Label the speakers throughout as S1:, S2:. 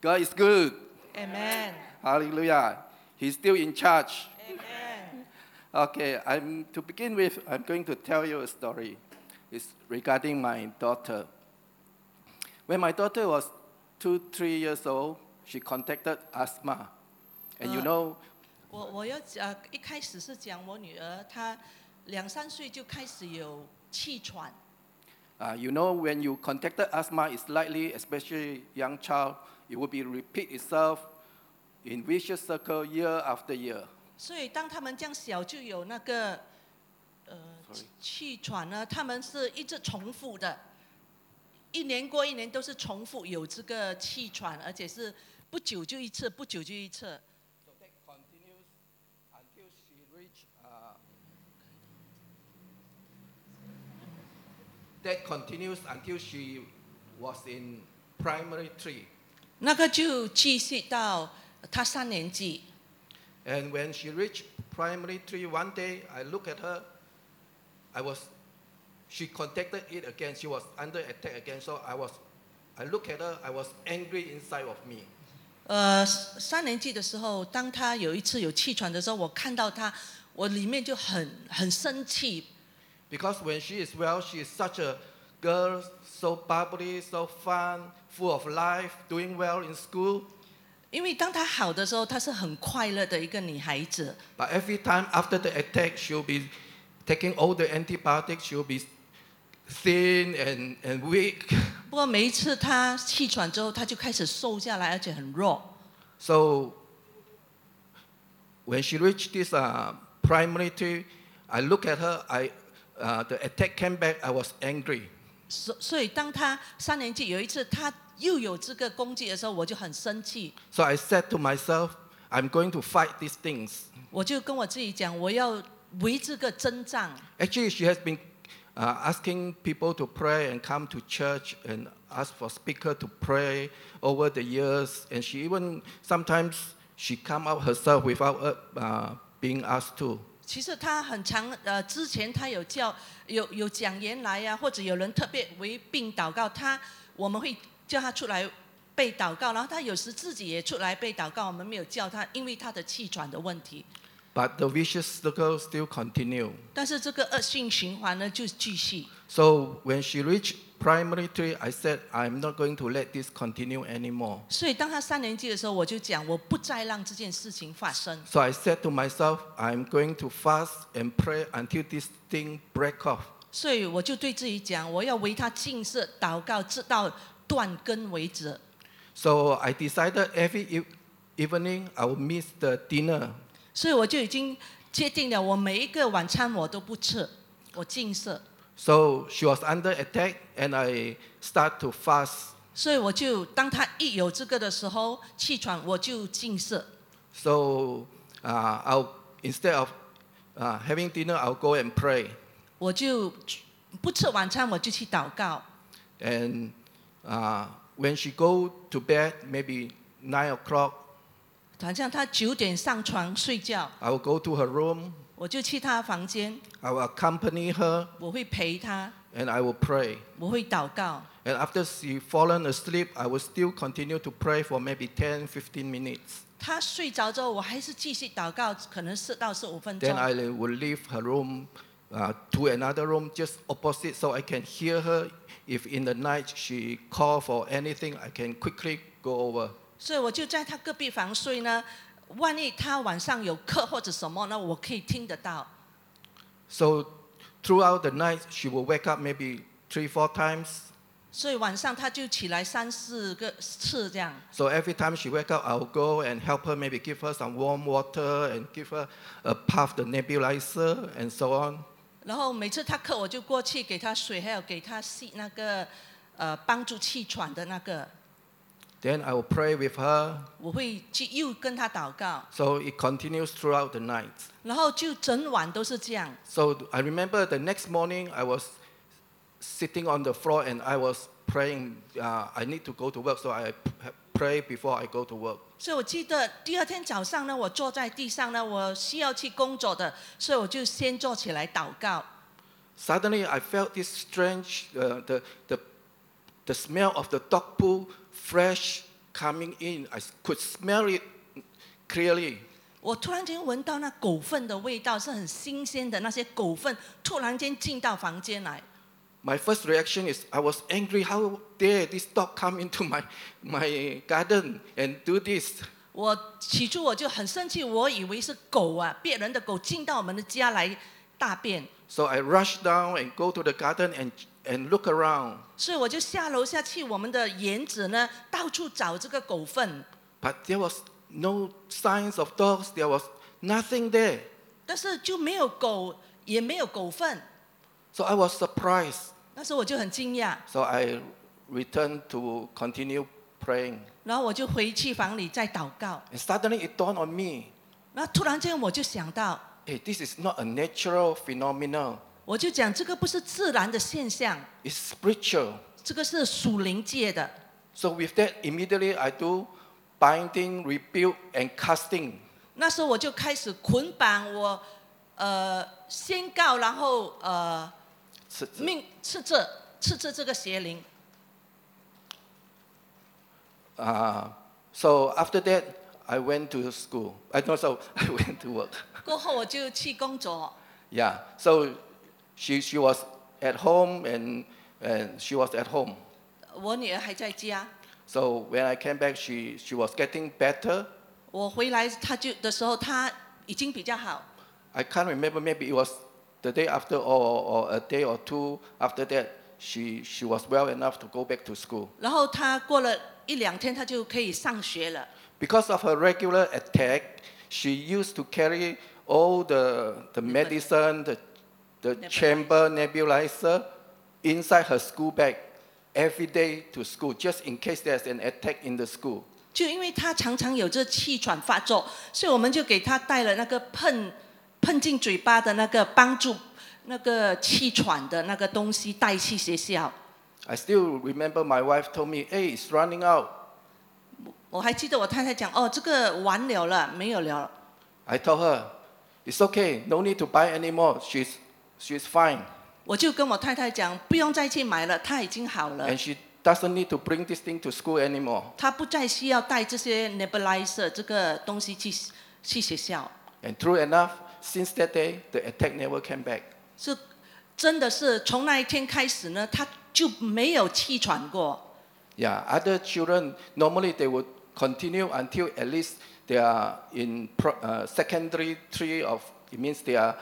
S1: God is good.
S2: Amen.
S1: Hallelujah. He's still in charge.
S2: Amen.
S1: Okay, I'm, to begin with, I'm going to tell you a story. It's regarding my daughter. When my daughter was two, three years old, she contacted asthma. And you
S2: Uh.
S1: know,
S2: 我我要呃一开始是讲我女儿她两三岁就开始有气喘，
S1: uh, you know when you contacted asthma, it's likely, especially young child, it will be repeat itself in vicious circle year after year.
S2: 所以当他们这样小就有那个呃
S1: Sorry
S2: 气喘呢，他们是一直重复的，一年过一年都是重复有这个气喘，而且是不久就一次，不久就一次。
S1: So that continues until she reach. Uh, that continues until she was in primary three,
S2: 那个就继续到她三年级，
S1: and when she reached primary three, one day I look at her. I was. She contacted it again. She was under attack again. So I was. I look at her. I was angry inside of me.
S2: 呃，三年级的时候，当她有一次有气喘的时候，我看到她，我里面就很很生气，
S1: Because when she is well, she is such a girl, so bubbly, so fun, full of life, doing well in school.
S2: 因为当她好的时候，她是很快乐的一个女孩子。
S1: But every time after the attack, she'll be taking all the antibiotics, she'll be thin and, and weak.
S2: 不过每一次她气喘之后，她就开始瘦下来，而且很弱。
S1: So when she reached this uh, primary two, I look at her, I, uh, the attack came back, I was angry.
S2: 所所以，当她三年级有一次她又有这个攻击的时候，我就很生气，
S1: So I said to myself, I'm going to fight these things.
S2: 我就跟我自己讲，我要为这个征战。
S1: Actually, she has been uh, asking people to pray and come to church and ask for speaker to pray over the years. And she even sometimes she come out herself without uh, uh, being asked to.
S2: 其实她很长，呃，之前她有叫有有讲员来呀、或者有人特别为病祷告，她我们会叫她出来被祷告，然后她有时自己也出来被祷告，我们没有叫她，因为她的气喘的问题。
S1: But the vicious circle still continue.
S2: 但是这个恶性循环呢，就继续。
S1: So when she reached primary three, I said, I'm not going to let this continue anymore.
S2: 所以当他三年级的时候，我就讲，我不再让这件事情发生。
S1: So I said to myself, I'm going to fast and pray until this thing break off.
S2: 所以我就对自己讲，我要为他禁食、祷告，直到断根为止。
S1: So I decided every e- evening I would miss the dinner.
S2: 所以我就已经界定了，我每一个晚餐我都不吃，我禁食。
S1: So she was under attack, and I start to fast.
S2: 所以我就当他一有这个的时候，气喘我就禁食。
S1: So uh, I'll instead of uh, having dinner, I'll go and pray.
S2: 我就不吃晚餐，我就去祷告。
S1: And uh, when she go to bed, maybe nine o'clock,
S2: 好像他九点上床睡觉，
S1: I will go to her room.
S2: 我就去他房间，
S1: I will accompany her,
S2: 我会陪他，
S1: and I will pray.
S2: 我会祷告。
S1: And after she fallen asleep, I will still continue to pray for maybe 10, 15 minutes.
S2: 他睡着之后，我还是继续祷告，可能四到十五分
S1: Then
S2: 钟。
S1: I will leave her room uh, to another room just opposite so I can hear her. If in the night she call for anything, I can quickly go over.
S2: 所以我就在他隔壁房睡呢。万一他晚上有课或者什么，那我可以听得到。
S1: So throughout the night, she will wake up maybe three, four times.
S2: 所以晚上他就起来三四个次这样。
S1: So every time she wake up, I'll go and help her, maybe give her some warm water and give her a puff, the nebulizer, and so on.
S2: 然后每次他课，我就过去给他水，还有给他吸那个呃帮助气喘的那个。
S1: Then I will pray with her.
S2: 我会去又跟他祷告，
S1: So it continues throughout the night.
S2: 然后就整晚都是这样。
S1: So I remember the next morning I was sitting on the floor and I was praying. Uh, I need to go to work, so I p- pray before I go to work.
S2: 所以我记得第二天早上呢，我坐在地上呢，我需要去工作的，所以我就先坐起来祷告。
S1: Suddenly I felt this strange, uh, the, the, the smell of the dog poo fresh coming in. I could smell it clearly.
S2: 我突然间闻到那狗粪的味道，是很新鲜的那些狗粪，突然间进到房间来。
S1: My first reaction is I was angry. How dare this dog come into my, my garden and do this?
S2: 我起初我就很生气，我以为是狗啊，别人的狗进到我们的家来大便，
S1: So I rushed down and go to the garden and, and look around.
S2: 所以我就下楼下去我们的园子呢，到处找这个狗粪，
S1: But there was no signs of dogs. There was nothing there.
S2: 但是就没有狗，也没有狗粪。
S1: So I was surprised.
S2: 那时候我就很惊讶，
S1: So I returned to continue praying.
S2: 然后我就回去房里再祷告。
S1: And suddenly it dawned on me,
S2: 那突然间我就想到，
S1: hey, this is not a natural phenomenon.
S2: 我就讲这个不是自然的现象，
S1: It's spiritual.
S2: 这个是属灵界的。
S1: So with that, immediately I do binding, rebuke, and casting.
S2: 那时候我就开始捆绑我，呃，宣告，然后呃，
S1: So-
S2: 命斥责斥责这个邪灵。
S1: Uh, so after that, I went to school. I know, so I went to work.
S2: 过后我就去工作，
S1: Yeah. So she, she was at home and, and she was at home.
S2: 我女儿还在家。
S1: So when I came back, she, she was getting better.
S2: 我回来她就的时候，她已经比较好。
S1: I can't remember. Maybe it was the day after, or, or a day or two after that. She she was well enough to go back to school.
S2: 然后她过了一两天，她就可以上学了。
S1: Because of her regular attack, she used to carry all the the medicine, the the
S2: Nebulizer.
S1: chamber nebulizer, inside her school bag every day to school, just in case there's an attack in the school.
S2: 就因为她常常有这气喘发作，所以我们就给她带了那个喷喷进嘴巴的那个帮助那个气喘的那个东西带去学校。
S1: I still remember my wife told me, "Hey, it's running out."
S2: 我还记得我太太讲，哦，这个完了了，没有了。
S1: I told her, "It's okay. No need to buy anymore. She's she's fine."
S2: 我就跟我太太讲，不用再去买了，她已经好了
S1: And，she doesn't need to bring this thing to school anymore.
S2: 她不再需要带这些 nebulizer 这个东西去去学校。
S1: And true enough, since that day, the attack never came back.
S2: 是，真的是从那一天开始呢，她就没有气喘过。
S1: Yeah, other children normally they would continue until at least they are in pro, uh, secondary three of it means they are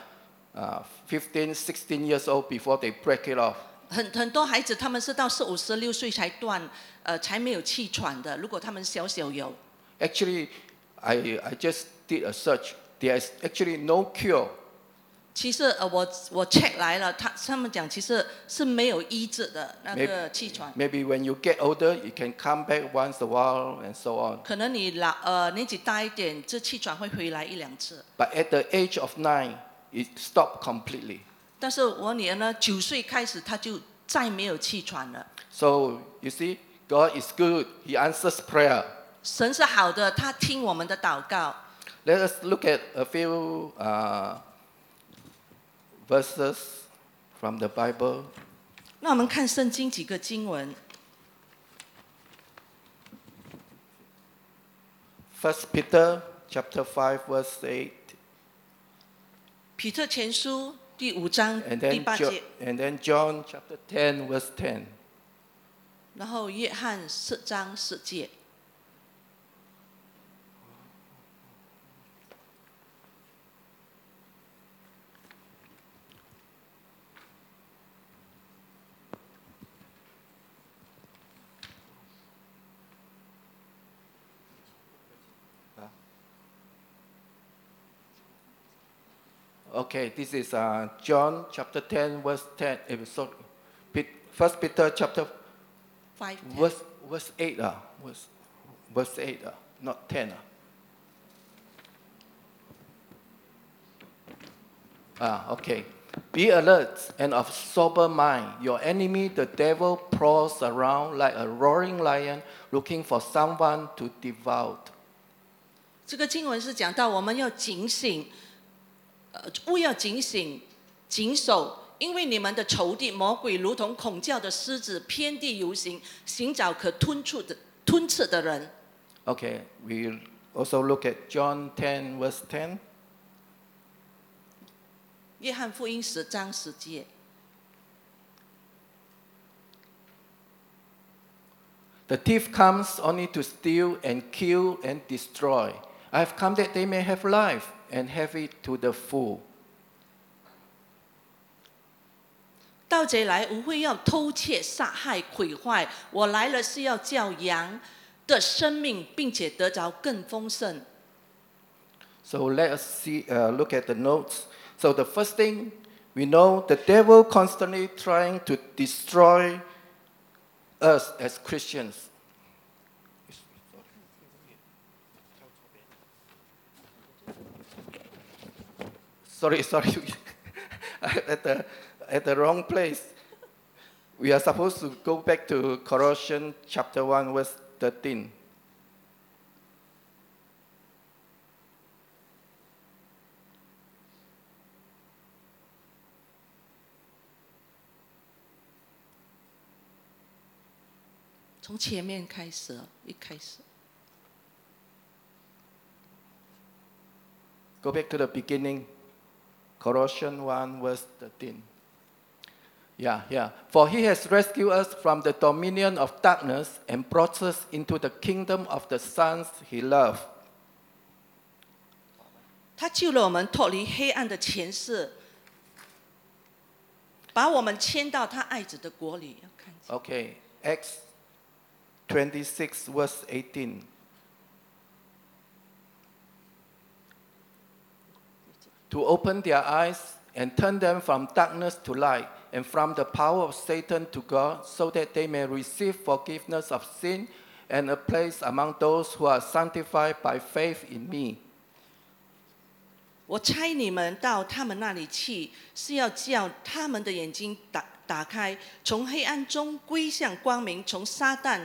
S1: uh, 15, 16 years old before they break it off.
S2: 很很多孩子他们是到四五十六岁才断，呃，才没有气喘的。如果他们小小有，
S1: Actually, I I just did a search. There is actually no cure.
S2: 其实呃，我我 check 来了，他他们讲其实是没有医治的那个
S1: Maybe-
S2: 气喘。
S1: Maybe when you get older, you can come back once a while and so on.
S2: 可能你老呃年纪大一点，这气喘会回来一两次。
S1: But at the age of nine, it stopped completely.
S2: 但是我女儿呢，九岁开始她就再没有气喘了。
S1: So you see, God is good. He answers prayer.
S2: 神是好的，他听我们的祷告。
S1: Let us look at a few uh, verses from the Bible.
S2: 那我们看圣经几个经文，
S1: First Peter chapter five verse eight,
S2: 彼特前书第五章
S1: and
S2: 第
S1: then
S2: 八
S1: Jo-
S2: 节，
S1: and then John chapter ten verse ten.
S2: 然后约翰四章四节。
S1: Okay, this is uh, John chapter ten verse ten. Eh, sorry, Pet- First Peter chapter
S2: Five ten
S1: verse verse eight ah, verse verse eight ah, not ten ah. Ah, okay. Be alert and of sober mind. Your enemy, the devil, prowls around like a roaring lion, looking for someone to devour.
S2: 这个经文是讲到我们要警醒，呃，勿要警醒，谨守，因为你们的仇敌魔鬼如同恐叫的狮子，遍地游行，寻找可吞吐的吞吃的人。
S1: Okay, we also look at John 10, verse 10.
S2: 约翰福音十章十节，
S1: The thief comes only to steal and kill and destroy. I have come that they may have life and have it to the full.
S2: 盗贼来无非要偷窃、杀害、毁坏。我来了是要叫羊的生命，并且得着更丰盛。
S1: So let us see, uh, look at the notes. So the first thing we know, the devil constantly trying to destroy us as Christians. Sorry, sorry, at the at the wrong place. We are supposed to go back to Colossians chapter one, verse thirteen.
S2: 从前面开始哦，一开始
S1: Go back to the beginning. Colossians 1, verse 13. Yeah, yeah. For he has rescued us from the dominion of darkness and brought us into the kingdom of the sons he loved.
S2: 他救了我们脱离黑暗的前世，把我们迁到他爱子的国里。要看一下
S1: Okay, Acts 26, verse 18. To open their eyes and turn them from darkness to light and from the power of Satan to God, so that they may receive forgiveness of sin and a place among those who are sanctified by faith in me.
S2: 我差你们到他们那里去，是要叫他们的眼睛打打开，从黑暗中归向光明，从撒旦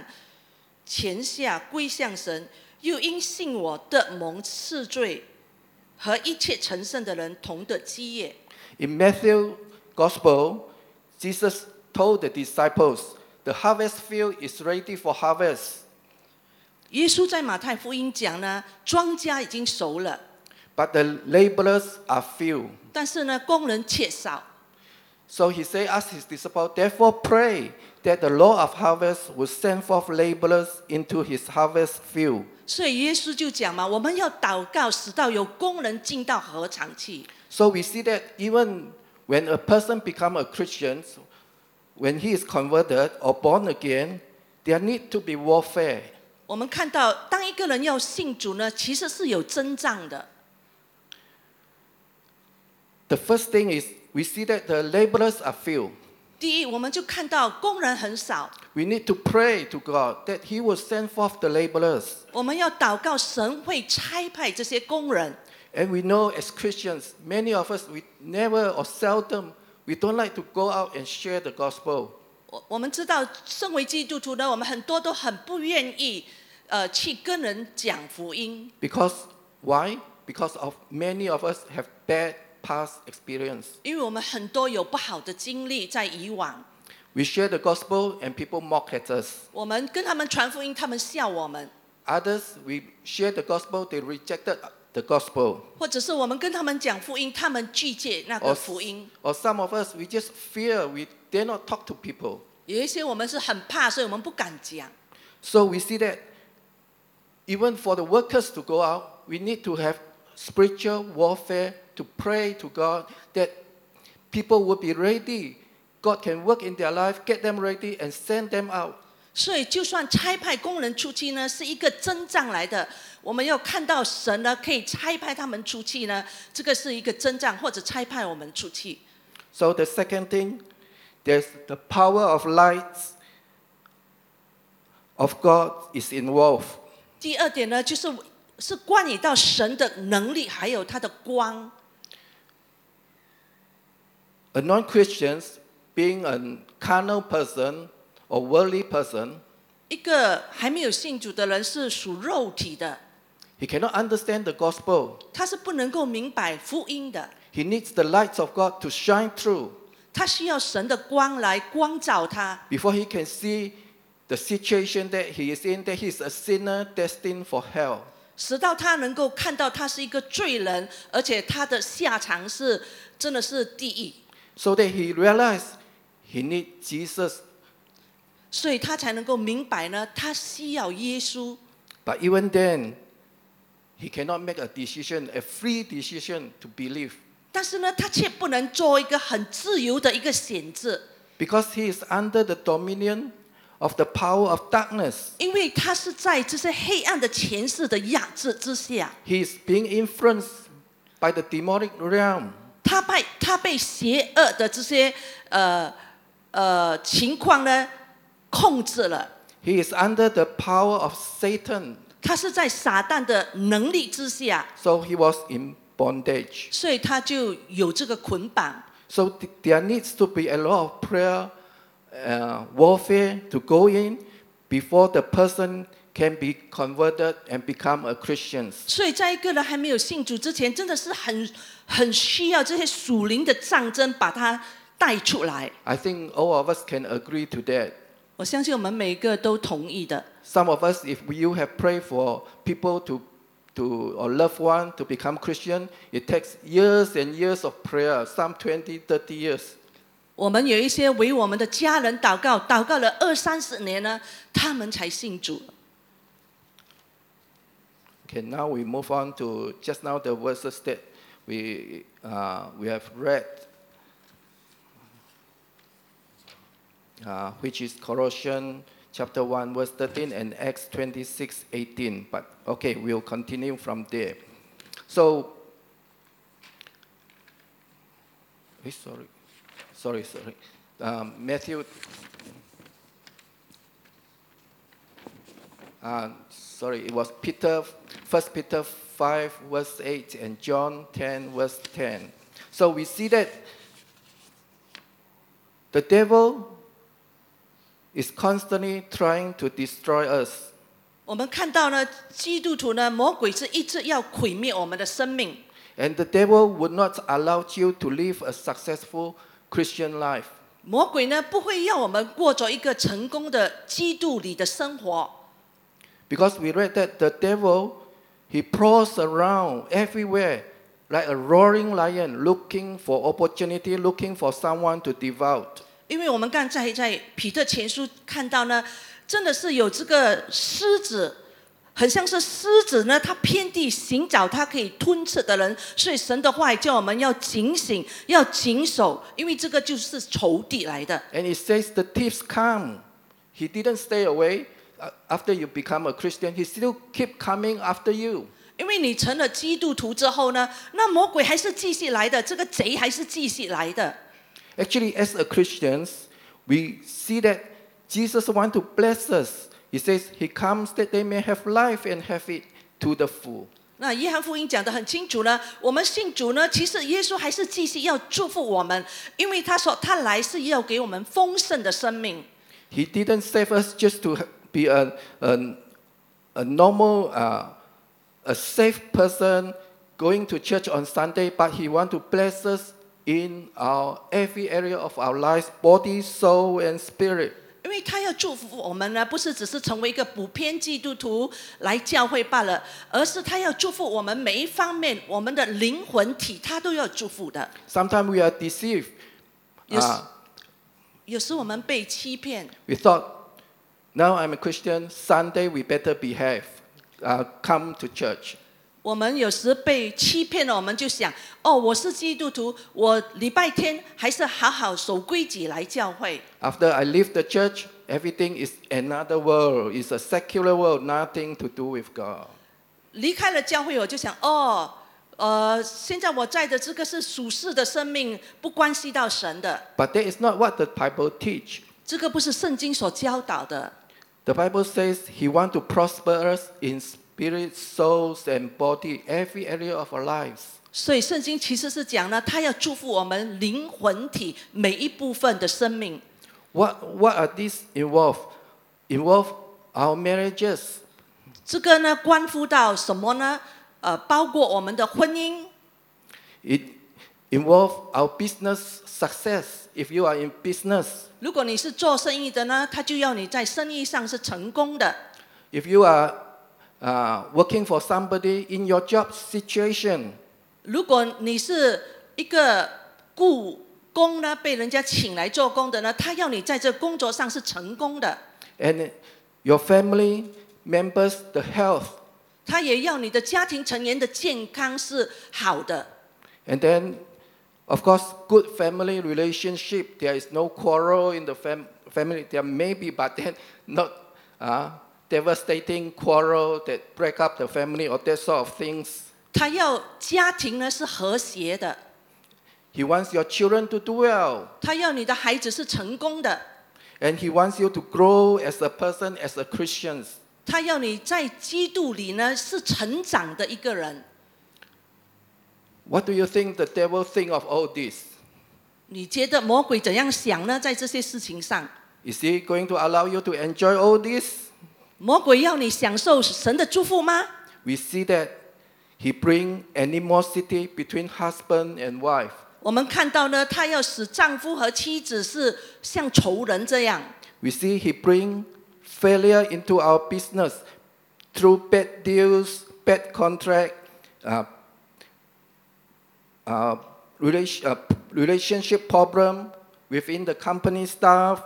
S2: 前下归向神。又因信我的蒙赦罪，和一切成圣的人同的基业。
S1: In Matthew Gospel, Jesus told the disciples, The harvest field is ready for harvest.
S2: 耶稣在马太福音讲呢，庄稼已经熟了，
S1: But the laborers are few.
S2: 但是呢，工人却少。
S1: So he said, Ask his disciples, therefore pray that the Lord of harvest will send forth laborers into his harvest field.
S2: 所以耶稣就讲嘛，我们要祷告，使到有工人进到禾场去。
S1: So we see that even when a person becomes a Christian, when he is converted or born again, there need to be warfare.
S2: 我们看到，当一个人要信主呢，其实是有征战的。
S1: The first thing is we see that the laborers are few.
S2: 第一，我们就看到工人很少，
S1: We need to pray to God that He will send forth the laborers.
S2: 我们要祷告神会差派这些工人。
S1: And we know as Christians, many of us, we never or seldom, we don't like to go out and share the gospel.
S2: 我我们知道，身为基督徒呢，我们很多都很不愿意，呃，去跟人讲福音，
S1: Because, why? Because of many of us have bad past experience.
S2: 因为我们很多有不好的经历在以往。
S1: We share the gospel and people mock at us.
S2: 我们跟他们传福音，他们笑我们；
S1: Others, we share the gospel, they rejected the gospel.
S2: 或者是我们跟他们讲福音，他们拒绝那个
S1: Or,
S2: 福音。
S1: or some of us, we just fear, we dare not talk to people.
S2: 有一些我们是很怕，所以我们不敢讲。
S1: So we see that even for the workers to go out, we need to have spiritual warfare to pray to God that people will be ready. God can work in their life, get them ready, and send them out.
S2: 所以，就算差派工人出去呢，是一个征战来的。我们要看到神呢，可以差派他们出去呢，这个是一个征战，或者差派我们出去。
S1: So the second thing, there's the power of light of God is involved.
S2: 第二点呢，就是是关于到神的能力，还有他的光。
S1: A non-Christian, being a carnal person or worldly person,
S2: 一个还没有信主的人是属肉体的，
S1: he cannot understand the gospel.
S2: 他是不能够明白福音的，
S1: He needs the lights of God to shine through
S2: 他需要神的光来光照他，
S1: before he can see the situation that he is in, that he is a sinner destined for hell.
S2: 直到他能够看到他是一个罪人，而且他的下场是真的是地狱，
S1: So that he realized he needs Jesus.
S2: 所以他才能够明白呢，他需要耶稣。
S1: But even then, he cannot make a decision, a free decision to believe.
S2: 但是呢，他却不能做一个很自由的一个选择，
S1: Because he is under the dominion of the power of darkness.
S2: 因为他是在这些黑暗的权势的压制之下，
S1: He is being influenced by the demonic realm.
S2: 他被他被邪恶的这些呃呃情况呢控制了，
S1: He is under the power of Satan.
S2: 他是在撒旦的能力之下，
S1: So he was in bondage.
S2: 所以他就有这个捆绑。
S1: So th- there needs to be a lot of prayer, uh, warfare to go in before the person can be converted and become a Christian.
S2: 所以，在一个人还没有信主之前，真的是很很需要这些属灵的战争把他带出来。
S1: I think all of us can agree to that.
S2: 我相信我们每一个都同意的。
S1: Some of us, if you have prayed for people to, to or loved one to become Christian, it takes years and years of prayer, some 20, 30 years.
S2: 我们有一些为我们的家人祷告，祷告了二三十年呢，他们才信主。
S1: Okay, now we move on to just now the verses that we, uh, we have read, uh, which is Colossians chapter 1, verse 13, and Acts 26, 18. But okay, we'll continue from there. So, eh, sorry, sorry, sorry. Um, Matthew, uh, sorry, it was Peter, 1 Peter 5, verse 8, and John 10, verse 10. So we see that the devil is constantly trying to destroy us.
S2: 我们看到呢，基督徒呢，魔鬼是一直要毁灭我们的生命，
S1: And the devil would not allow you to live a successful Christian life.
S2: 魔鬼呢不会要我们过着一个成功的基督里的生活。
S1: Because we read that the devil, he prowls around everywhere like a roaring lion looking for opportunity, looking for someone to devour.
S2: 因为我们刚才在彼得前书看到呢，真的是有这个狮子，很像是狮子呢，它遍地寻找它可以吞吃的人，所以神的话也叫我们要警醒，要谨守，因为这个就是仇敌来的。
S1: And it says the thieves come. He didn't stay away uh, after you become a Christian. He still keep coming after you.
S2: 因为你成了基督徒之后呢，那魔鬼还是继续来的，这个贼还是继续来的。
S1: Actually, as a Christians, we see that Jesus wants to bless us. He says he comes that they may have life and have it to the full.
S2: 那约翰福音讲得很清楚呢，我们信主呢，其实耶稣还是继续要祝福我们，因为他说他来是要给我们丰盛的生命。
S1: He didn't save us just to ha- be a, a, a normal, uh, a safe person going to church on Sunday, but He wants to bless us in our every area of our lives, body, soul, and spirit.
S2: 因为他要祝福我们呢，不是只是成为一个普遍基督徒来教会罢了，而是他要祝福我们每一方面，我们的灵魂体他都要祝福的。
S1: Sometimes we are deceived.
S2: Yes.
S1: Uh,
S2: 有时我们被欺骗，
S1: we thought, now I'm a Christian, Sunday we better behave, uh, come to church.
S2: 我们有时被欺骗了，我们就想，哦，我是基督徒，我礼拜天还是好好守规矩来教会。
S1: After I leave the church, everything is another world. It's a secular world, nothing to do with God.
S2: 离开了教会，我就想，哦，呃，现在我在的这个是属世的生命，不关系到神的，
S1: But that is not what the Bible teach.
S2: 这个不是圣经所教导的。
S1: The Bible says He wants to prosper us in spirit, souls, and body, every area of our lives.
S2: 所以圣经其实是讲呢，他要祝福我们灵魂体每一部分的生命。
S1: What, what are these involved? Involve our marriages,
S2: 这个呢，关乎到什么呢？呃，包括我们的婚姻，
S1: it involve our business success. If you are in business,
S2: 如果你是做生意的呢，他就要你在生意上是成功的。
S1: if you are uh, working for somebody in your job situation,
S2: 如果你是一个雇工呢，被人家请来做工的呢，他要你在这工作上是成功的，
S1: and your family members, the health,
S2: 他也要你的家庭成员的健康是好的。
S1: and then, of course, good family relationship. There is no quarrel in the fam- family. There may be, but then not uh, devastating quarrel that break up the family or that sort of things.
S2: 他要家庭呢是和谐的，
S1: He wants your children to do well.
S2: 他要你的孩子是成功的，
S1: And he wants you to grow as a person, as a Christian.
S2: 他要你在基督里呢是成长的一个人。
S1: What do you think the devil think of all this?
S2: 你觉得魔鬼怎样想呢？在这些事情上，
S1: Is he going to allow you to enjoy all this?
S2: 魔鬼要你享受神的祝福吗？
S1: We see that he bring animosity between husband and wife.
S2: 我们看到呢，他要使丈夫和妻子是像仇人这样，
S1: We see he bring failure into our business through bad deals, bad contract, uh, uh, relation, uh, relationship problem within the company staff,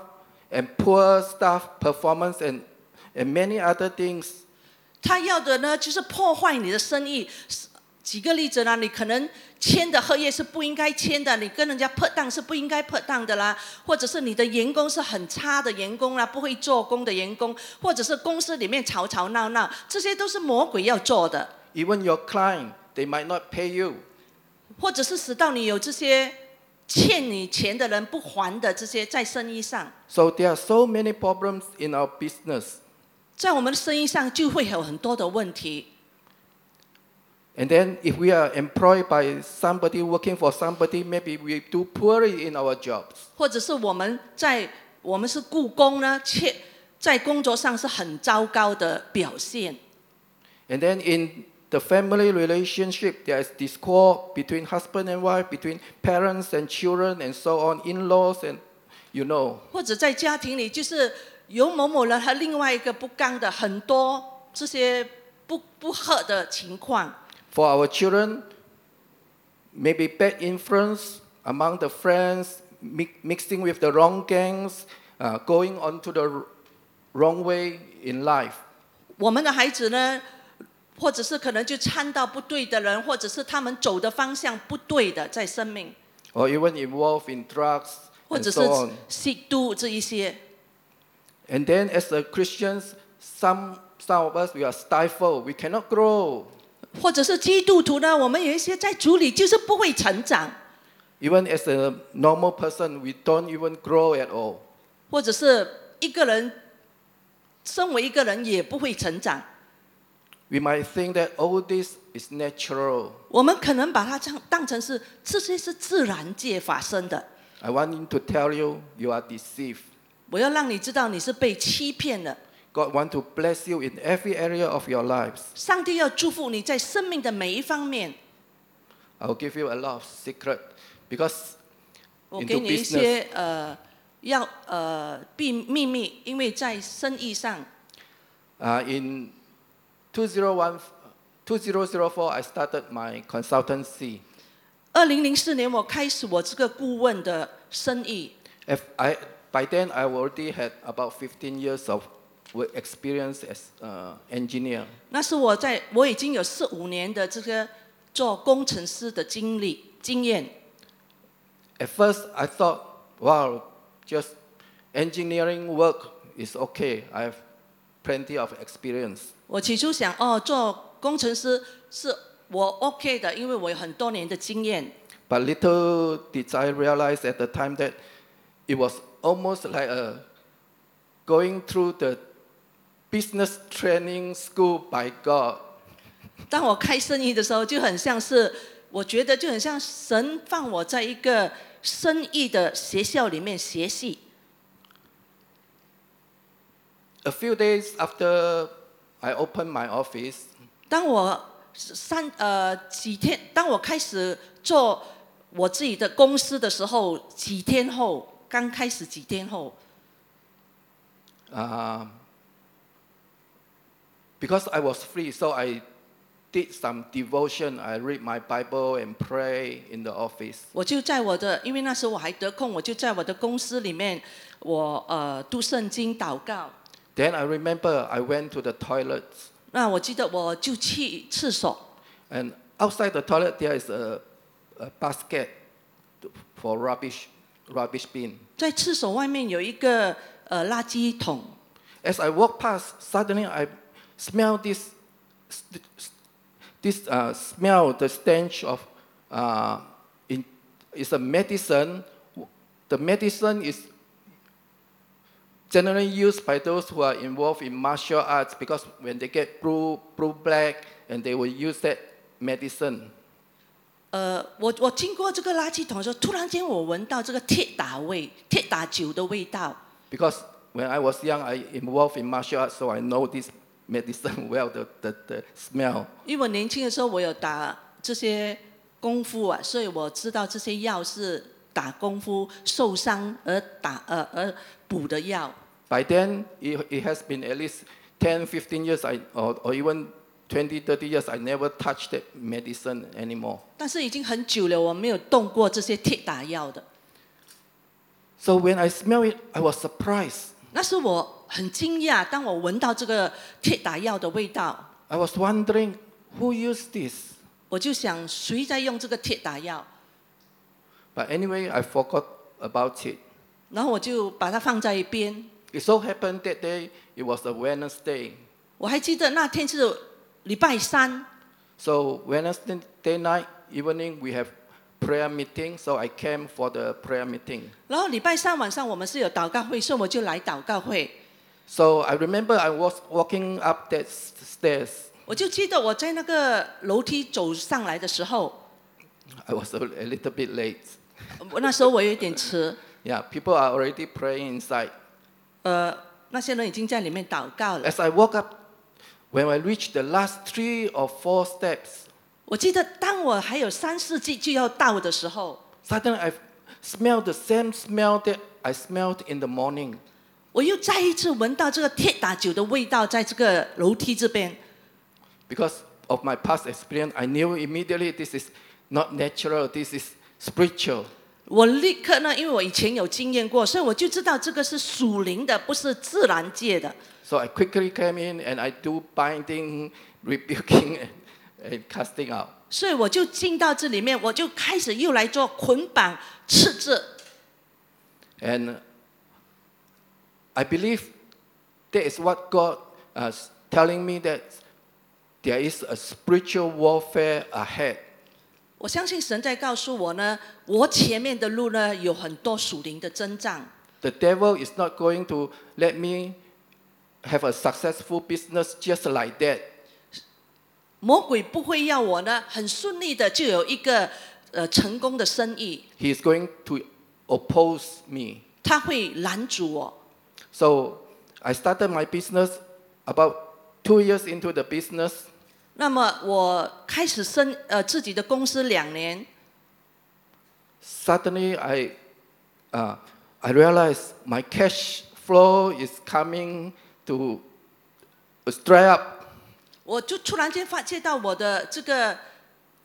S1: and poor staff performance, and, and many other things.
S2: 他要的呢就是破坏你的生意。是举个例子啦，你可能签的合约是不应该签的，你跟人家破档是不应该破档的啦，或者是你的员工是很差的员工啦，不会做工的员工，或者是公司里面吵吵闹闹，这些都是魔鬼要做的，
S1: Even your client, they might not pay you.
S2: 或者是使到你有这些欠你钱的人不还的这些在生意上，
S1: So there are so many problems in our business.
S2: 在我们的生意上就会有很多的问题。
S1: And then if we are employed by somebody working for somebody, maybe we do poorly in our jobs.
S2: 或者是我们在我们是故宫呢，却在工作上是很糟糕的表现。
S1: And then in the family relationship, there is discord between husband and wife, between parents and children, and so on, in laws, and you know.
S2: 或者在家庭里，就是有某某人和另外一个不刚的很多这些不不和的情况。
S1: For our children, maybe bad influence among the friends, mi- mixing with the wrong gangs, uh, going on to the r- wrong way in life.
S2: 我们的孩子呢，或者是可能就参到不对的人，或者是他们走的方向不对的，在生命，
S1: or even involved in drugs
S2: 或
S1: and
S2: 者是
S1: so on.
S2: 吸毒这一些。
S1: And then as a Christians, some some of us we are stifled. We cannot grow.
S2: 或者是基督徒呢，我们有一些在主里就是不会成长，
S1: Even as a normal person, we don't even grow at all.
S2: 或者是一个人，身为一个人也不会成长。
S1: We might think that all this is natural.
S2: 我们可能把它当当成是这些是自然界发生的。
S1: I want to tell you, you are deceived.
S2: 我要让你知道你是被欺骗了。
S1: God want to bless you in every area of your lives.
S2: 上帝要祝福你在生命的每一方面。
S1: I will give you a lot of secret because
S2: 我
S1: Into
S2: 给你一些呃，要呃秘秘密，因为在生意上，
S1: Uh, in 2001, 2004, I started my consultancy.
S2: 二零零四年我开始我这个顾问的生意，
S1: If I, by then, I already had about 15 years of work experience as uh, engineer.
S2: 那是我在我已经有四五年的这个做工程师的经历经验。
S1: At first, I thought, wow, just engineering work is okay. I have plenty of experience.
S2: 我起初想，哦，做工程师是我 OK 的，因为我有很多年的经验。
S1: But little did I realize at the time that it was almost like a going through the business training school by God.
S2: 当我开生意的时候，就很像是，我觉得就很像神放我在一个生意的学校里面学习。
S1: A few days after I opened my office,
S2: 当我三呃几天，当我开始做我自己的公司的时候，几天后刚开始几天后，
S1: Um, because I was free, so I did some devotion. I read my Bible and pray in the office.
S2: 我就在我的，因为那时候我还得空，我就在我的公司里面，我呃读圣经祷告。
S1: Then I remember I went to the toilets,
S2: 那我记得我就去厕所，
S1: and outside the toilet there is a, a basket to- for rubbish, rubbish bin.
S2: 在厕所外面有一个呃垃圾桶，
S1: As I walked past, suddenly I smell this, st- st- this uh, smell, the stench of, uh, in, it's a medicine. The medicine is generally used by those who are involved in martial arts because when they get blue, blue black, and they will use that medicine.
S2: 呃，我我经过这个垃圾桶的时候，突然间我闻到这个铁打味、铁打酒的味道。
S1: Because when I was young, I involved in martial arts, so I know this medicine well, the, the, the smell.
S2: 因为我年轻的时候我有打这些功夫啊，所以我知道这些药是打功夫受伤而打呃而补的药。
S1: By then, it, it has been at least 10, 15 years, I, or, or even 20, 30 years, I never touched that medicine anymore.
S2: 但是已经很久了，我没有动过这些铁打药的。
S1: So when I smell it, I was surprised.
S2: 那时我很惊讶，当我闻到这个铁打药的味道，
S1: I was wondering, who used this?
S2: 我就想谁在用这个铁打药？
S1: But anyway, I forgot about it.
S2: 然后我就把它放在一边。
S1: It so happened that day, it was a Wednesday.
S2: 我还记得那天是礼拜三，
S1: So Wednesday night, evening, we have prayer meeting. So I came for the prayer meeting.
S2: 然后礼拜三晚上我们是有祷告会，所以我就来祷告会。
S1: So I remember I was walking up that s- stairs.
S2: 我就记得我在那个楼梯走上来的时候，
S1: I was a a little bit late.
S2: 我那时候我有一点迟，
S1: Yeah, people are already praying inside.
S2: 呃，那些人已经在里面祷告了。
S1: As I walk up, when I reach the last three or four steps,
S2: 我记得当我还有三四季就要到的时候，
S1: suddenly I smell the same smell that I smelled in the morning.
S2: 我又再一次闻到这个铁打酒的味道，在这个楼梯这边。
S1: Because of my past experience, I knew immediately this is not natural, this is spiritual.
S2: 我立刻呢，因为我以前有经验过，所以我就知道这个是属灵的，不是自然界的。
S1: So I quickly came in and I do binding, rebuking, and, and casting out.
S2: 所以我就进到这里面，我就开始又来做捆绑、赤字。
S1: And I believe that is what God is telling me that there is a spiritual warfare ahead.
S2: 我相信神在告诉我呢，我前面的路呢有很多属灵的征战，
S1: The devil is not going to let me have a successful business just like that.
S2: 魔鬼不会要我呢很顺利的就有一个呃成功的生意，
S1: He is going to oppose me.
S2: 他会拦阻我。
S1: So I started my business about two years into the business.
S2: 那么我开始生呃自己的公司两年，
S1: Suddenly I, uh, I realized my cash flow is coming to dry up.
S2: 我就突然间发现到我的这个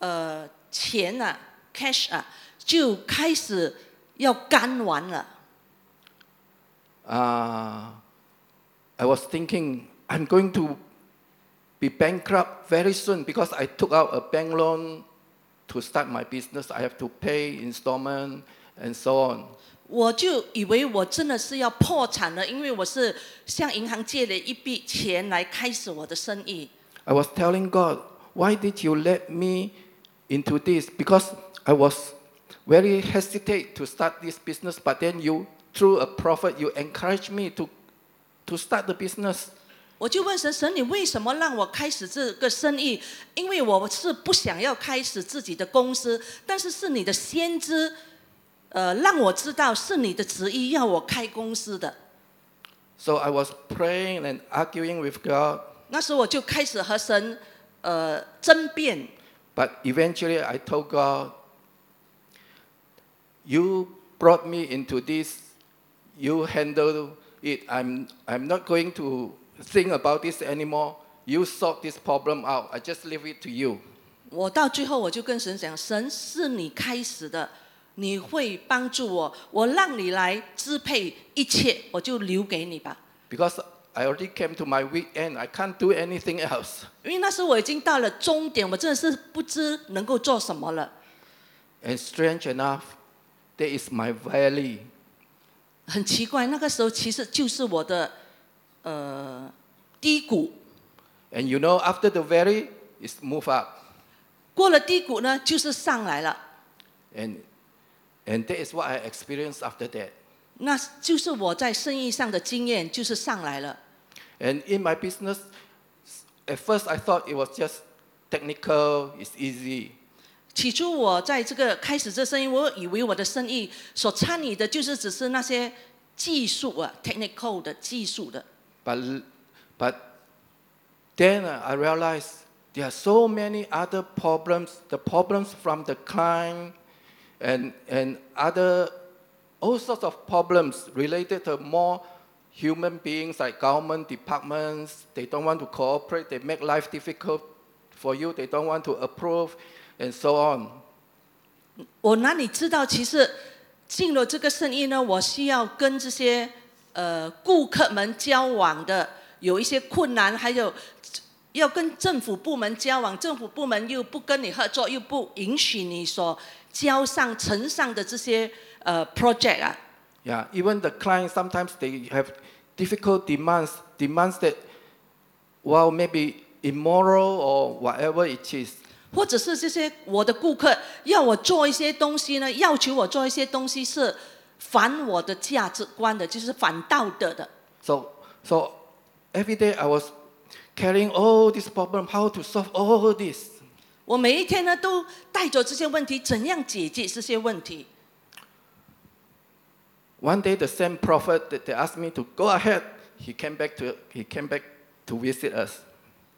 S2: 呃钱啊 cash 啊就开始要干完了。
S1: Uh, I was thinking I'm going to be bankrupt very soon because I took out a bank loan to start my business. I have to pay installment and so on.
S2: 我就以为我真的是要破产了，因为我是向银行借了一笔钱来开始我的生意。
S1: I was telling God, why did you let me into this? Because I was very hesitate to start this business, but then you, through a prophet, you encouraged me to, to start the business.
S2: 我就问神，神你为什么让我开始这个生意？因为我是不想要开始自己的公司，但是是你的先知，呃，让我知道是你的旨意要我开公司的。
S1: So I was praying and arguing with God,
S2: 那时候我就开始和神呃争辩，
S1: but eventually I told God, you brought me into this, you handle it. I'm, I'm not going to think about this anymore. You sort this problem out. I just leave it to you.
S2: 我到最后我就跟神讲，神是你开始的，你会帮助我，我让你来支配一切，我就留给你吧。
S1: Because I already came to my weekend. I can't do anything else.
S2: 因为那时候我已经到了终点，我真的是不知能够做什么了。
S1: And strange enough, there is my valley.
S2: 很奇怪，那个时候其实就是我的呃低谷。
S1: And you know, after the valley, it's move up.
S2: 过了低谷呢，就是上来了，
S1: And, and that is what I experienced after that.
S2: 那就是我在生意上的经验，就是上来了。
S1: And in my business, at first I thought it was just technical, it's easy.
S2: 起初我在这个开始这生意，我以为我的生意所参与的就是只是那些技术啊，technical 的技术的。
S1: But, but then I realized there are so many other problems, the problems from the client and, and other, all sorts of problems related to more human beings like government departments. They don't want to cooperate, they make life difficult for you, they don't want to approve, and so on.
S2: 我哪里知道，其实进了这个生意呢，我需要跟这些呃顾客们交往的有一些困难，还有要跟政府部门交往，政府部门又不跟你合作，又不允许你所交上呈上的这些呃 project 啊。
S1: Yeah, even the clients sometimes they have difficult demands, demands that, well, maybe immoral or whatever it is.
S2: 或者是这些我的顾客要我做一些东西呢，要求我做一些东西是反我的价值观的，就是反道德的。
S1: So, so every day I was carrying all this problem, how to solve all this.
S2: 我每一天呢都带着这些问题，怎样解决这些问题？
S1: One day, the same prophet that they asked me to go ahead, he came back to he came back to visit us.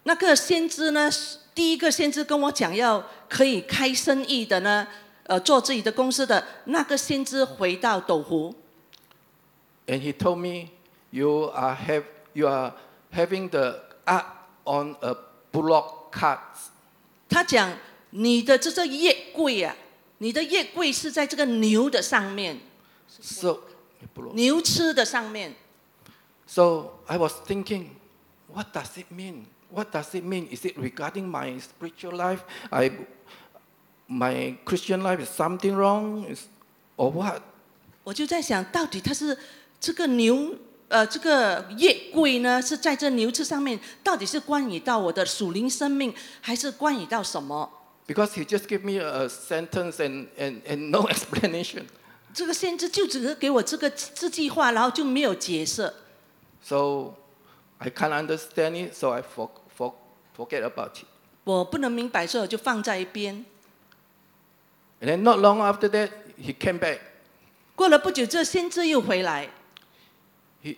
S2: 那个先知呢，第一个先知跟我讲要可以开生意的呢，呃，做自己的公司的那个先知回到斗湖，
S1: And he told me, you are, have, you are having the art on a bullock cart
S2: 他讲你的这个业柜啊，你的业柜是在这个牛的上面，
S1: So,
S2: 牛吃的上面。
S1: So I was thinking, what does it mean? What does it mean? Is it regarding my spiritual life? I, my Christian life is something wrong, is, or what?
S2: 我就在想，到底它是这个牛呃这个夜柜呢，是在这牛翅上面，到底是关于到我的属灵生命，还是关于到什么？
S1: Because he just gave me a sentence and, and, and no explanation.
S2: 这个先知就只是给我这个这句话，然后就没有解释，
S1: So I can't understand it, so I for, for, forget about it.
S2: 我不能明白，所以我就放在一边。
S1: And then not long after that, he came back.
S2: 过了不久，这先知又回来，
S1: He,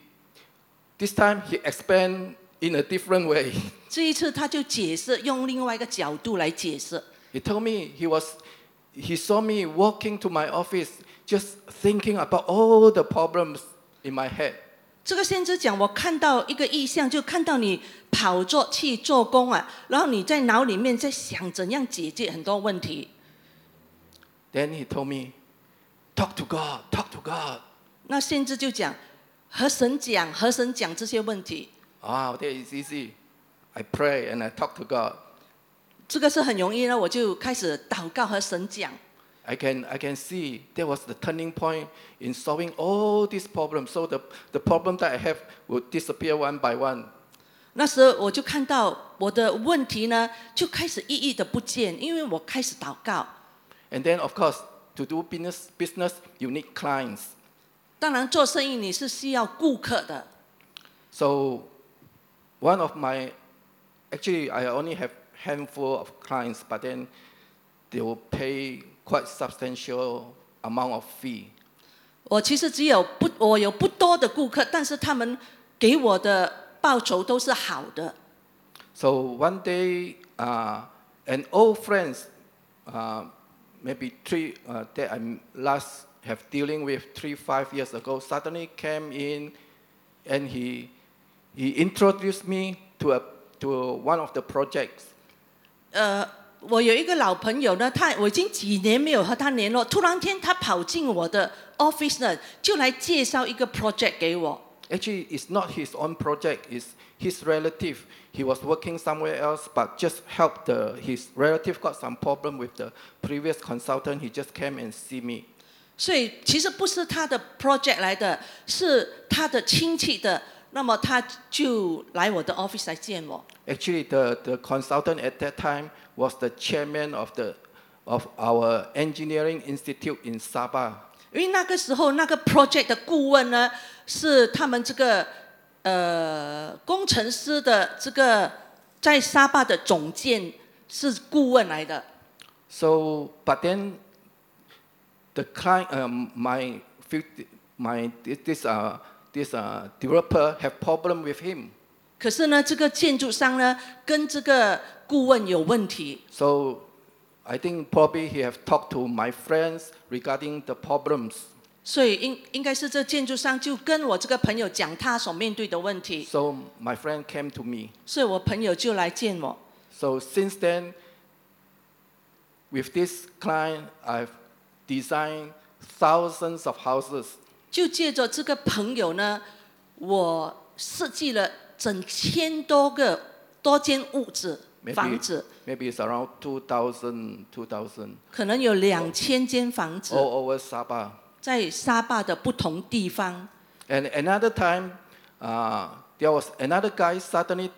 S1: this time he expand in a different way.
S2: 这一次他就解释，用另外一个角度来解释。
S1: He told me he was, he saw me walking to my office, just thinking about all the problems in my head.
S2: 这个先知讲，我看到一个意象，就看到你跑着去做工啊，然后你在脑里面在想怎样解决很多问题。
S1: Then he told me, talk to God, talk to God.
S2: 那先知就讲，和神讲，和神讲这些问题，
S1: Wow, that is easy. I pray and I talk to God.
S2: 这个是很容易呢。我就开始祷告和神讲，
S1: I can, I can see that was the turning point in solving all these problems. So the, the problem that I have will disappear one by one.
S2: 那时候我就看到我的问题呢，就开始一一的不见，因为我开始祷告。
S1: And then, of course, to do business, business you need clients.
S2: 当然，做生意你是需要顾客的。
S1: So one of my, actually I only have handful of clients, but then they will pay quite substantial amount of fee.
S2: 我其实只有不，我有不多的顾客，但是他们给我的报酬都是好的。
S1: So one day, uh, an old friends, uh, maybe three uh, that I last have dealing with three, five years ago, suddenly came in and he, he introduced me to, a, to one of the projects.
S2: 呃，我有一个老朋友呢，他我已经几年没有和他联络，突然间他跑进我的 office 呢，就来介绍一个 project 给我。
S1: Actually, it's not his own project, it's his relative. He was working somewhere else, but just helped the, his relative got some problem with the previous consultant. He just came and see me.
S2: 所以其实不是他的 project 来的，是他的亲戚的。那么他就来我的 office 来见我。
S1: Actually, the, the consultant at that time was the chairman of, the, of our engineering institute in Sabah.
S2: 因为那个时候那个 project 的顾问呢，是他们这个呃工程师的这个在沙巴的总监是顾问来的。
S1: So, but then the client, um, my, fif- my this, uh, this uh, developer have problem with him.
S2: 可是呢，这个建筑商呢跟这个顾问有问题，
S1: So I think probably he have talked to my friends regarding the problems.
S2: 所以应应该是这建筑商就跟我这个朋友讲他所面对的问题，
S1: So my friend came to me.
S2: 所以我朋友就来见我。
S1: So since then, with this client, I've designed thousands of houses.
S2: 就借着这个朋友呢，我设计了整千多个多间屋子
S1: Maybe-
S2: 房子，
S1: Maybe it's around 2,000, 2,000
S2: 可能有两千间房子
S1: all over Sabah.
S2: 在沙巴的不同地方。
S1: And another time, uh, there was another guy suddenly,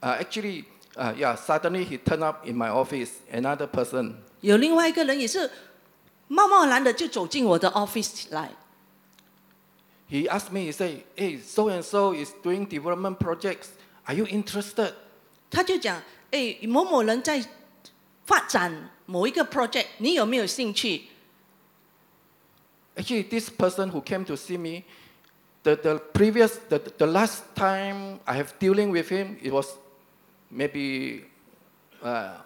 S1: uh, actually, uh, yeah, suddenly he turned up in my office, another person.
S2: 有另外一个人也是贸贸然的就走进我的 office 来，
S1: He asked me, he said, hey, so and so is doing development projects. Are you interested?
S2: 他就讲：“哎，某某人在发展某一个 project，你有没有兴趣
S1: Actually, this person who came to see me, the, the previous, the, the last time I have dealing with him, it was maybe uh,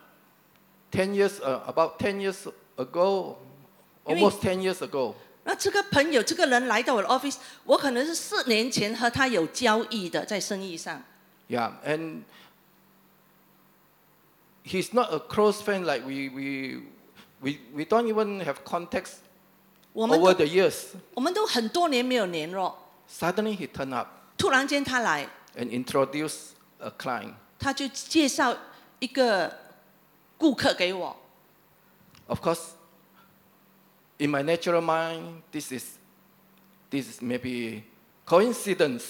S1: 10 years, uh, about 10 years ago,
S2: You mean-
S1: almost 10 years ago.？”
S2: 那这个朋友这个人来到我的 office，我可能是四年前和他有交易的，在生意上。
S1: Yeah, and he's not a close friend. Like we we we, we don't even have contacts
S2: 我们
S1: over
S2: 都
S1: the years.
S2: 我们都很多年没有联络，
S1: Suddenly he turned up
S2: 突然间他来，
S1: and introduced a client.
S2: 他就介绍一个顾客给我。
S1: Of course, in my natural mind, this is this is maybe coincidence.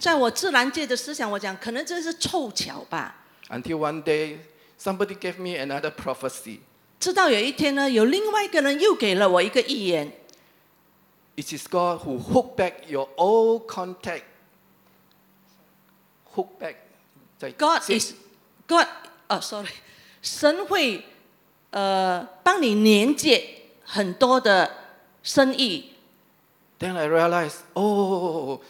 S2: 在我自然界的思想，我讲可能这是凑巧吧。
S1: Until one day, somebody gave me another prophecy.
S2: 直到有一天呢，有另外一个人又给了我一个预言，
S1: It is God who hook back your old contact. Hook back. 在
S2: God
S1: 是
S2: is God 哦、s o r r y 神会呃帮你连接很多的生意。
S1: Then I realized, oh,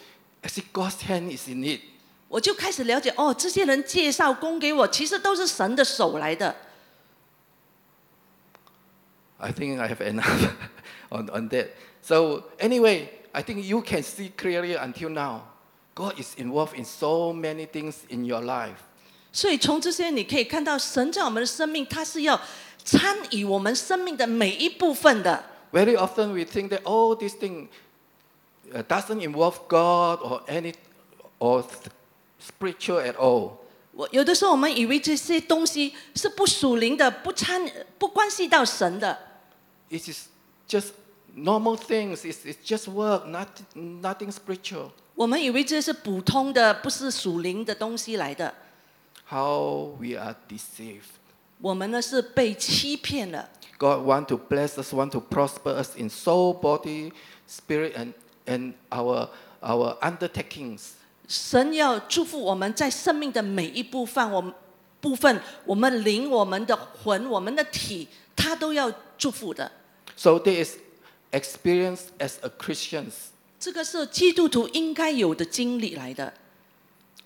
S1: actually God's hand is in it.
S2: 我就开始了解哦，这些人介绍供给我，其实都是神的手来的。
S1: I think I have enough on, on that. So anyway, I think you can see clearly until now. God is involved in so many things in your life.
S2: 所以从这些你可以看到，神在我们的生命，他是要参与我们生命的每一部分的。
S1: Very often we think that, oh, this thing uh, doesn't involve God or any or th- spiritual at all.
S2: 我有的时候我们以为这些东西是不属灵的，不参不关系到神的，
S1: It is just normal things. It's, it's just work, not, nothing spiritual.
S2: 我们以为这是普通的，不是属灵的东西来的。
S1: How we are deceived.
S2: 我们呢是被欺骗了。
S1: God want to bless us, want to prosper us in soul, body, spirit, and, and our, our undertakings.
S2: 神要祝福我们在生命的每一部分，我们部分，我们灵、我们的魂、我们的体，他都要祝福的。
S1: So there is experience as a Christians.
S2: 这个是基督徒应该有的经历来的。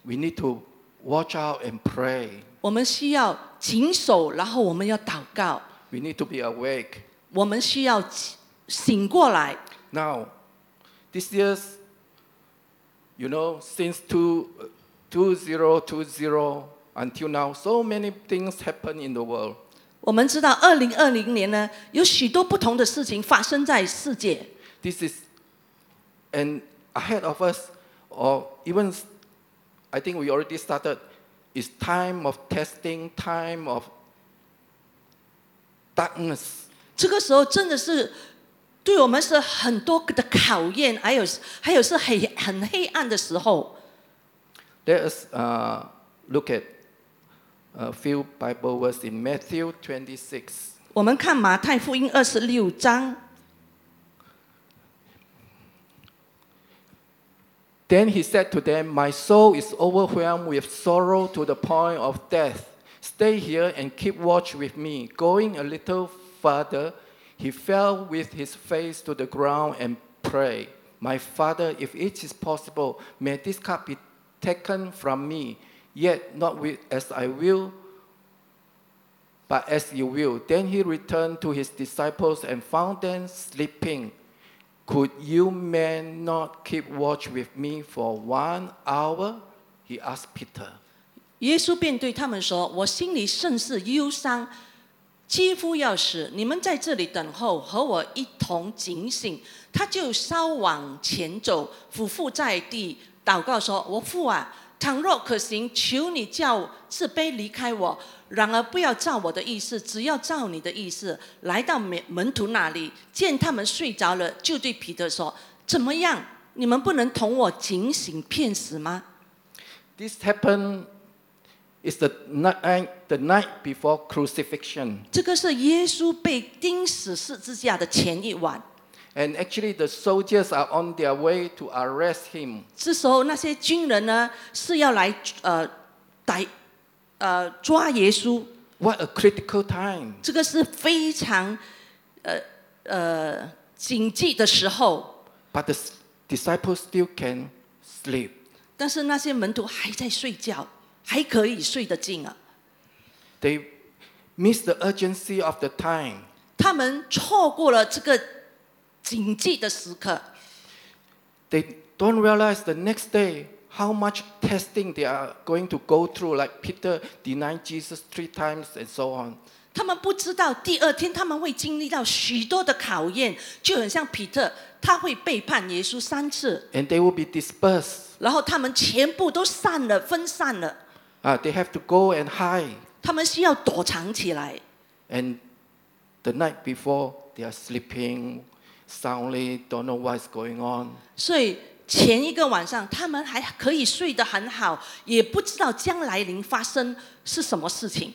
S1: We need to watch out and pray.
S2: 我们需要谨守，然后我们要祷告，
S1: We need to be awake.
S2: 我们需要醒过来。
S1: Now, this year's, you know, since two, 2020 until now, so many things happen in the world.
S2: 我们知道，二零二零年呢，有许多不同的事情发生在世界。
S1: This is, and ahead of us, or even, s- I think we already started, is time of testing, time of darkness.
S2: 这个时候真的是对我们是很多的考验，还有还有是很很黑暗的时候。
S1: Let us uh, look at a few Bible verses in Matthew 26.
S2: 我们看马太福音二十六章，
S1: Then he said to them, My soul is overwhelmed with sorrow to the point of death. Stay here and keep watch with me. Going a little farther, he fell with his face to the ground and prayed, My father, if it is possible, may this cup be taken from me, yet not with, as I will, but as you will. Then he returned to his disciples and found them sleeping. Could you men not keep watch with me for one hour? He asked Peter.
S2: 耶稣便对他们说：“我心里甚是忧伤，几乎要死。你们在这里等候，和我一同警醒。”他就稍往前走，俯伏在地，祷告说：“我父啊，倘若可行，求你叫这杯离开我。然而不要照我的意思，只要照你的意思。”来到门门徒那里，见他们睡着了，就对彼得说：“怎么样？你们不能同我警醒片时吗？”
S1: This happened is the night, the night before crucifixion.
S2: 这个是耶稣被钉死十字架的前一晚。
S1: And actually the soldiers are on their way to arrest him.
S2: 这时候那些军人呢是要来呃逮呃抓耶稣，
S1: What a critical time.
S2: 这个是非常呃呃紧急的时候。
S1: But the s- disciples still can sleep.
S2: 但是那些门徒还在睡觉，还可以睡得进啊。
S1: They miss the urgency of the time.
S2: 他们错过了这个紧急的时刻，
S1: They don't realize the next day how much testing they are going to go through, like Peter denied Jesus three times and so on.
S2: 他们不知道第二天他们会经历到许多的考验，就很像彼得，他会背叛耶稣三次。
S1: And they will be dispersed.
S2: 然后他们全部都散了，分散了，
S1: Uh, they have to go and hide.
S2: 他们需要躲藏起来。
S1: And the night before, they are sleeping soundly, don't know what's going on.
S2: 所以前一个晚上，他们还可以睡得很好，也不知道将来临发生是什么事情。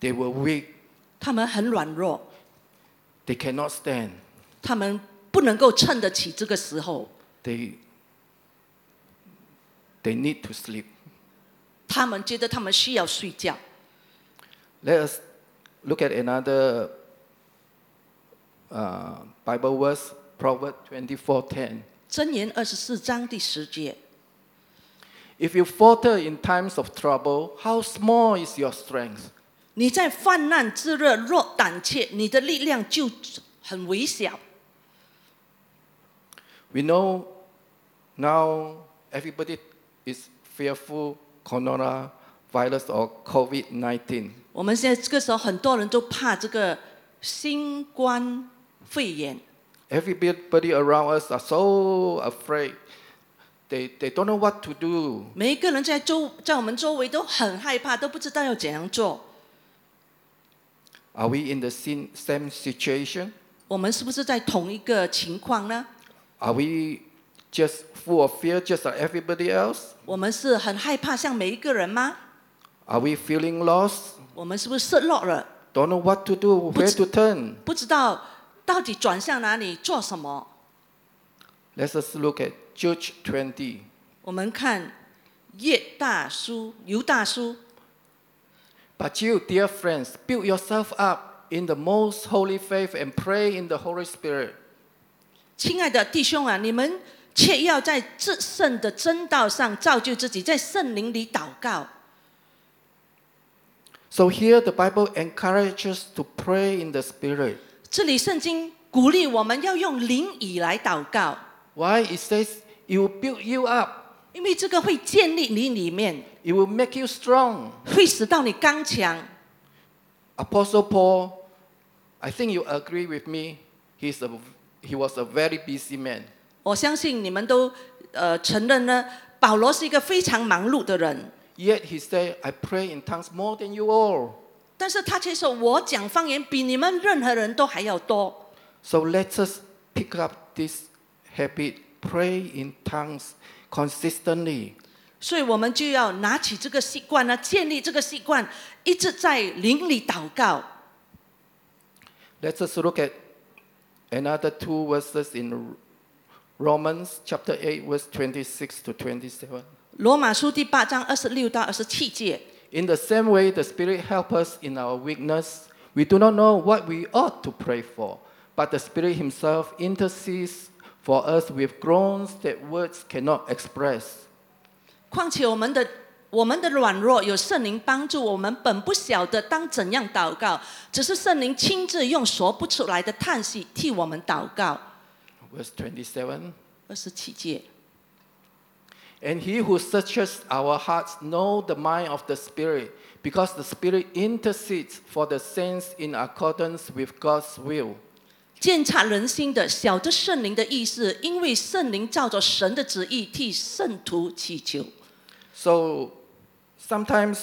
S1: They were weak.
S2: 他们很软弱，
S1: They cannot stand.
S2: 他们不能够撑得起这个时候，
S1: They, they need to sleep.
S2: 他们觉得他们需要睡觉。
S1: Let us look at another uh, Bible verse, Proverbs 24:10.
S2: 箴言二十四章第十节，
S1: If you falter in times of trouble, how small is your strength?
S2: 你在泛滥之热若胆怯，你的力量就很微小。
S1: We know now everybody is fearful coronavirus or COVID-19.
S2: 我们现在这个时候，很多人都怕这个新冠肺炎，
S1: Everybody around us are so afraid. They, they don't know what to do.
S2: 每一个人在周在我们周围都很害怕，都不知道要怎样做。
S1: Are we in the sin- same situation?
S2: 我们是不是在同一个情况呢？
S1: Are we just full of fear, just like everybody else?
S2: 我们是很害怕像每一个人吗？
S1: Are we feeling lost?
S2: 我们是不是失落了，
S1: Don't know what to do, where to turn?
S2: 不知道到底转向哪里做什么？
S1: Let us look at Judge 20.
S2: 我们看叶大叔、尤大叔，
S1: But you, dear friends, build yourself up in the most holy faith and pray in the Holy Spirit.
S2: 亲爱的弟兄啊，你们切要在至圣的真道上造就自己，在圣灵里祷告。
S1: So here the Bible encourages us to pray in the Spirit.
S2: 这里圣经鼓励我们要用灵语来祷告，
S1: Why? It says it will build you up,
S2: 因为这个会建立你里面，
S1: it will make you strong.
S2: 会使到你刚强。
S1: Apostle Paul, I think you agree with me, he's a, he was a very busy man.
S2: 我相信你们都呃承认呢，保罗是一个非常忙碌的人，
S1: Yet he said, I pray in tongues more than you all.
S2: 但是他却说：“我讲方言比你们任何人都还要多。
S1: So let us pick up this habit, pray in tongues consistently. ”
S2: 所以我们就要拿起这个习惯呢，建立这个习惯，一直在灵里祷告。
S1: Let us look at another two verses in Romans chapter 8, verse 26 to 27.
S2: 罗马书第八章二十六到二十七节，
S1: In the same way, the Spirit helps us in our weakness. We do not know what we ought to pray for, but the Spirit Himself intercedes for us with groans that words cannot express.
S2: 况且我们的我们的软弱有圣灵帮助，我们本不晓得当怎样祷告，只是圣灵亲自用说不出来的叹息替我们祷告。
S1: Verse 27.
S2: 二十七节，
S1: And he who searches our hearts knows the mind of the Spirit, because the Spirit intercedes for the saints in accordance with God's will.
S2: 鉴察人心的，晓得圣灵的意思，因为圣灵照着神的旨意替圣徒祈求。
S1: So sometimes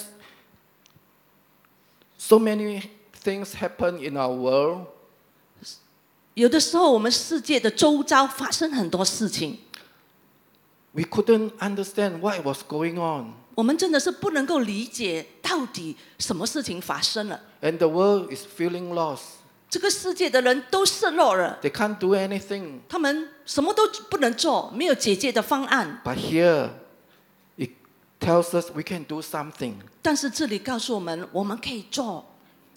S1: so many things happen in our world
S2: 有的时候，我们世界的周遭发生很多事情，
S1: we couldn't understand what was going on.
S2: 我们真的是不能够理解到底什么事情发生了。
S1: And the world is feeling lost.
S2: 这个世界的人都失落了，
S1: They can't do anything.
S2: 他们什么都不啊能做，没有解决的方案。
S1: But here, it tells us we can do something.
S2: 但是这里告诉我们，我们可以做，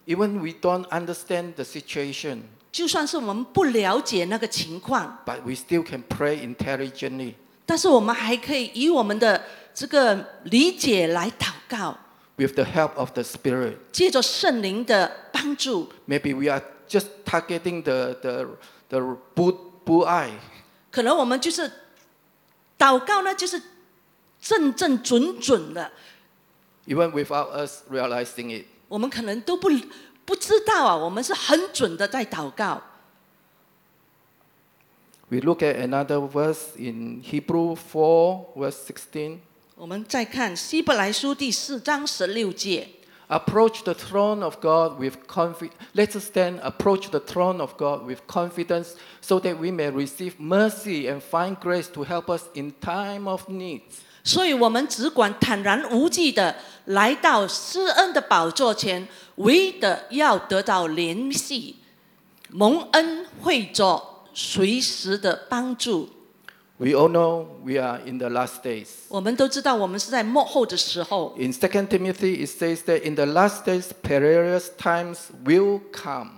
S1: Even we don't understand the situation,
S2: 就算是我们不了解那个情况，
S1: but we still can pray intelligently.
S2: 但是我们还可以以我们的这个理解来祷告，
S1: with the help of the Spirit.
S2: 借着圣灵的帮助。
S1: Maybe we are just targeting the, the, the bull, bullseye.
S2: 可能我们就是祷告呢，就是正正准准的，
S1: even without us realizing it.
S2: 我们可能都不不知道啊，我们是很准的在祷告。
S1: We look at another verse in Hebrew 4, verse 16.
S2: 我们再看希伯来书第四章十六节，
S1: Approach the throne of God with confidence. Let us then approach the throne of God with confidence so that we may receive mercy and find grace to help us in time of need.
S2: 所以我们只管坦然无惧的来到施恩的宝座前，唯的要得到怜惜，蒙恩惠作随时的帮助。
S1: We all know we are in the last days.
S2: 我们都知道，我们是在幕后的时候，
S1: In 2 Timothy, it says that in the last days, perilous times will come.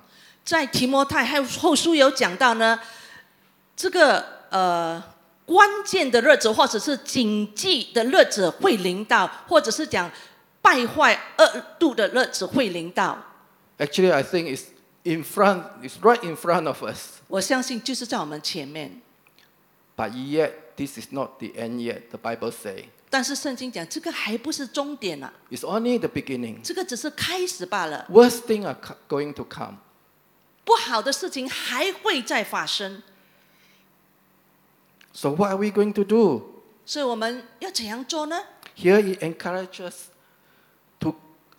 S2: 在提摩太还有后书有讲到呢，这个呃关键的日子，或者是谨记的日子会临到，或者是讲败坏恶度的日子会临到。
S1: Actually, I think it's in front, it's right in front of us.
S2: 我相信就是在我们前面。
S1: But yet, this is not the end yet. The Bible says
S2: 但是圣经讲，这个还不是终点啊，
S1: it's only the beginning.
S2: 这个只是开始罢了。
S1: Worst things are co- going to come.
S2: 不好的事情还会再发生，
S1: So, what are we going to do?
S2: 所以我们要怎样做呢？
S1: Here, it encourages us to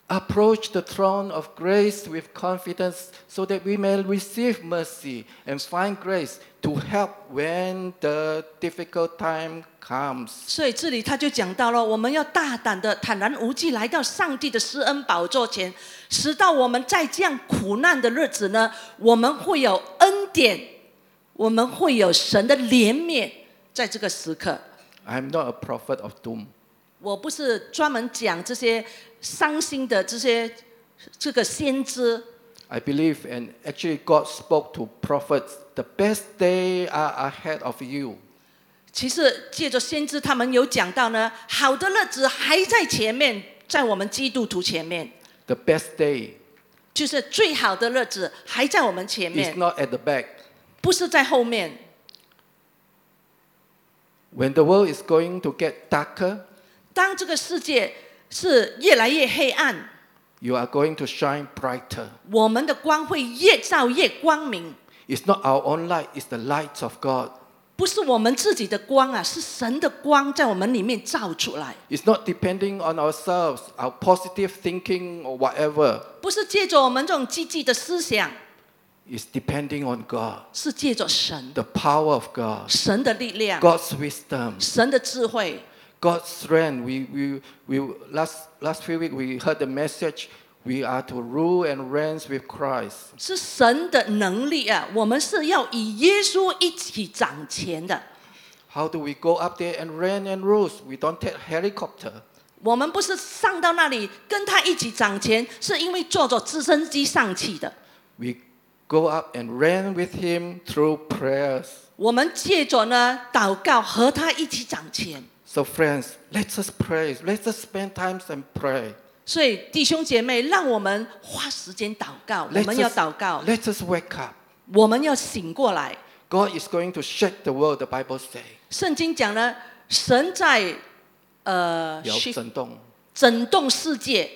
S1: approach the throne of grace with confidence, so that we may receive mercy and find grace to help when the difficult time comes.
S2: 所以这里他就讲到了，我们要大胆的、坦然无惧来到上帝的施恩宝座前，直到我们在这样苦难的日子呢，我们会有恩典，我们会有神的怜悯。在这个时刻，
S1: I'm not a prophet of doom.
S2: 我不是专门讲这些伤心的这些这个先知，
S1: I believe, and actually, God spoke to prophets the best day are ahead of you.
S2: 其实借着先知他们有讲到呢，好的日子还在前面，在我们基督徒前面，
S1: The best day
S2: 就是最好的日子还在我们前面
S1: is，not at the back.
S2: 不是在后面。
S1: When the world is going to get darker,
S2: 当这个世界是越来越黑暗，
S1: you are going to shine brighter.
S2: 我们的光会越照越光明。
S1: It's not our own light, it's the light of God.
S2: 不是我们自己的光啊，是神的光在我们里面照出来。
S1: It's not depending on ourselves, our positive thinking or whatever.
S2: 不是借着我们这种积极的思想，
S1: It's depending on God,
S2: 是借着神
S1: the power of God,
S2: 神的力量、
S1: God's wisdom,
S2: 神的智慧。
S1: God's strength. We, we, we, last, last few weeks, we heard the message we are to rule and reign with Christ.
S2: 是神的能力啊！我们是要与耶稣一起掌权的。
S1: How do we go up there and reign and rule? We don't take helicopter.
S2: 我们不是上到那里跟他一起掌权，是因为坐着直升机上去的。
S1: We go up and reign with Him through prayers.
S2: 我们借着呢祷告和他一起掌权。
S1: So, friends, let us pray. Let us spend time and pray.
S2: 所以弟兄姐妹，让我们花时间祷告，我
S1: Let
S2: 们要
S1: us,
S2: 祷告，
S1: let us wake up.
S2: 我们要醒过来。
S1: God is going to shake the world, the Bible says.
S2: 圣经讲呢，神在
S1: Uh,
S2: 呃去震动世界，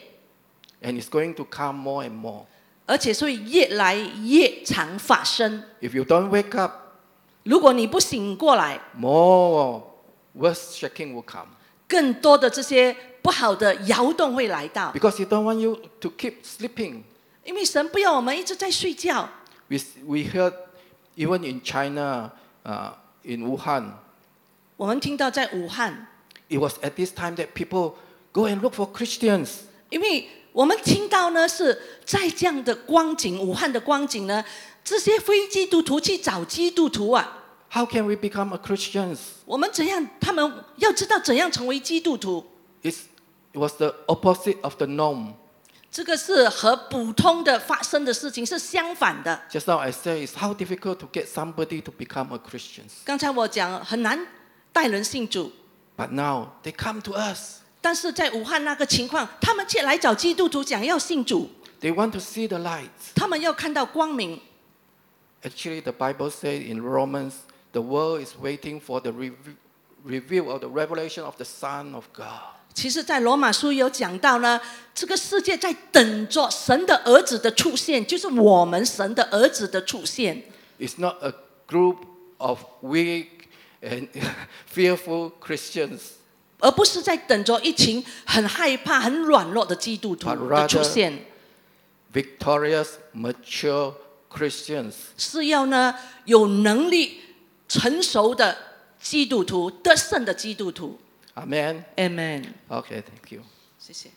S1: And it's going to come more and more.
S2: 而且所以越来越常发生。
S1: If you don't wake up,
S2: 如果你不醒过来，
S1: more worse shaking will come.
S2: 更多的这些不好的摇动会来到，
S1: Because He don't want you to keep sleeping.
S2: 因为神不要我们一直在睡觉。
S1: We, we heard even in China, uh, in Wuhan,
S2: 我们听到在武汉，
S1: it was at this time that people go and look for Christians.
S2: 因为我们听到呢是在这样的光景，武汉的光景呢，这些非基督徒去找基督徒啊，
S1: How can we become a Christians?
S2: 我们怎样？他们要知道怎样成为基督徒，
S1: It's, it was the opposite of the norm.
S2: 这个是和普通的发生的事情是相反的。
S1: Just now I said it's how difficult to get somebody to become a Christian.
S2: 刚才我讲很难带人信主，
S1: But now they come to us.
S2: 但是在武汉那个情况，他们却来找基督徒讲要信主。
S1: They want to see the light.
S2: 他们要看到光明。
S1: Actually, the Bible says in Romans, the world is waiting for the reve- reveal or the revelation of the Son of God.
S2: 其实，在罗马书有讲到呢，这个世界在等着神的儿子的出现，就是我们神的儿子的出现。
S1: It's not a group of weak and fearful Christians,
S2: 而不是在等着一群很害怕、很软弱的基督徒
S1: But
S2: 的
S1: rather-
S2: 出现，
S1: victorious, mature Christians.
S2: 是要呢有能力、成熟的基督徒、得胜的基督徒。
S1: Amen.
S2: Amen。
S1: Okay, thank you.
S2: 谢谢。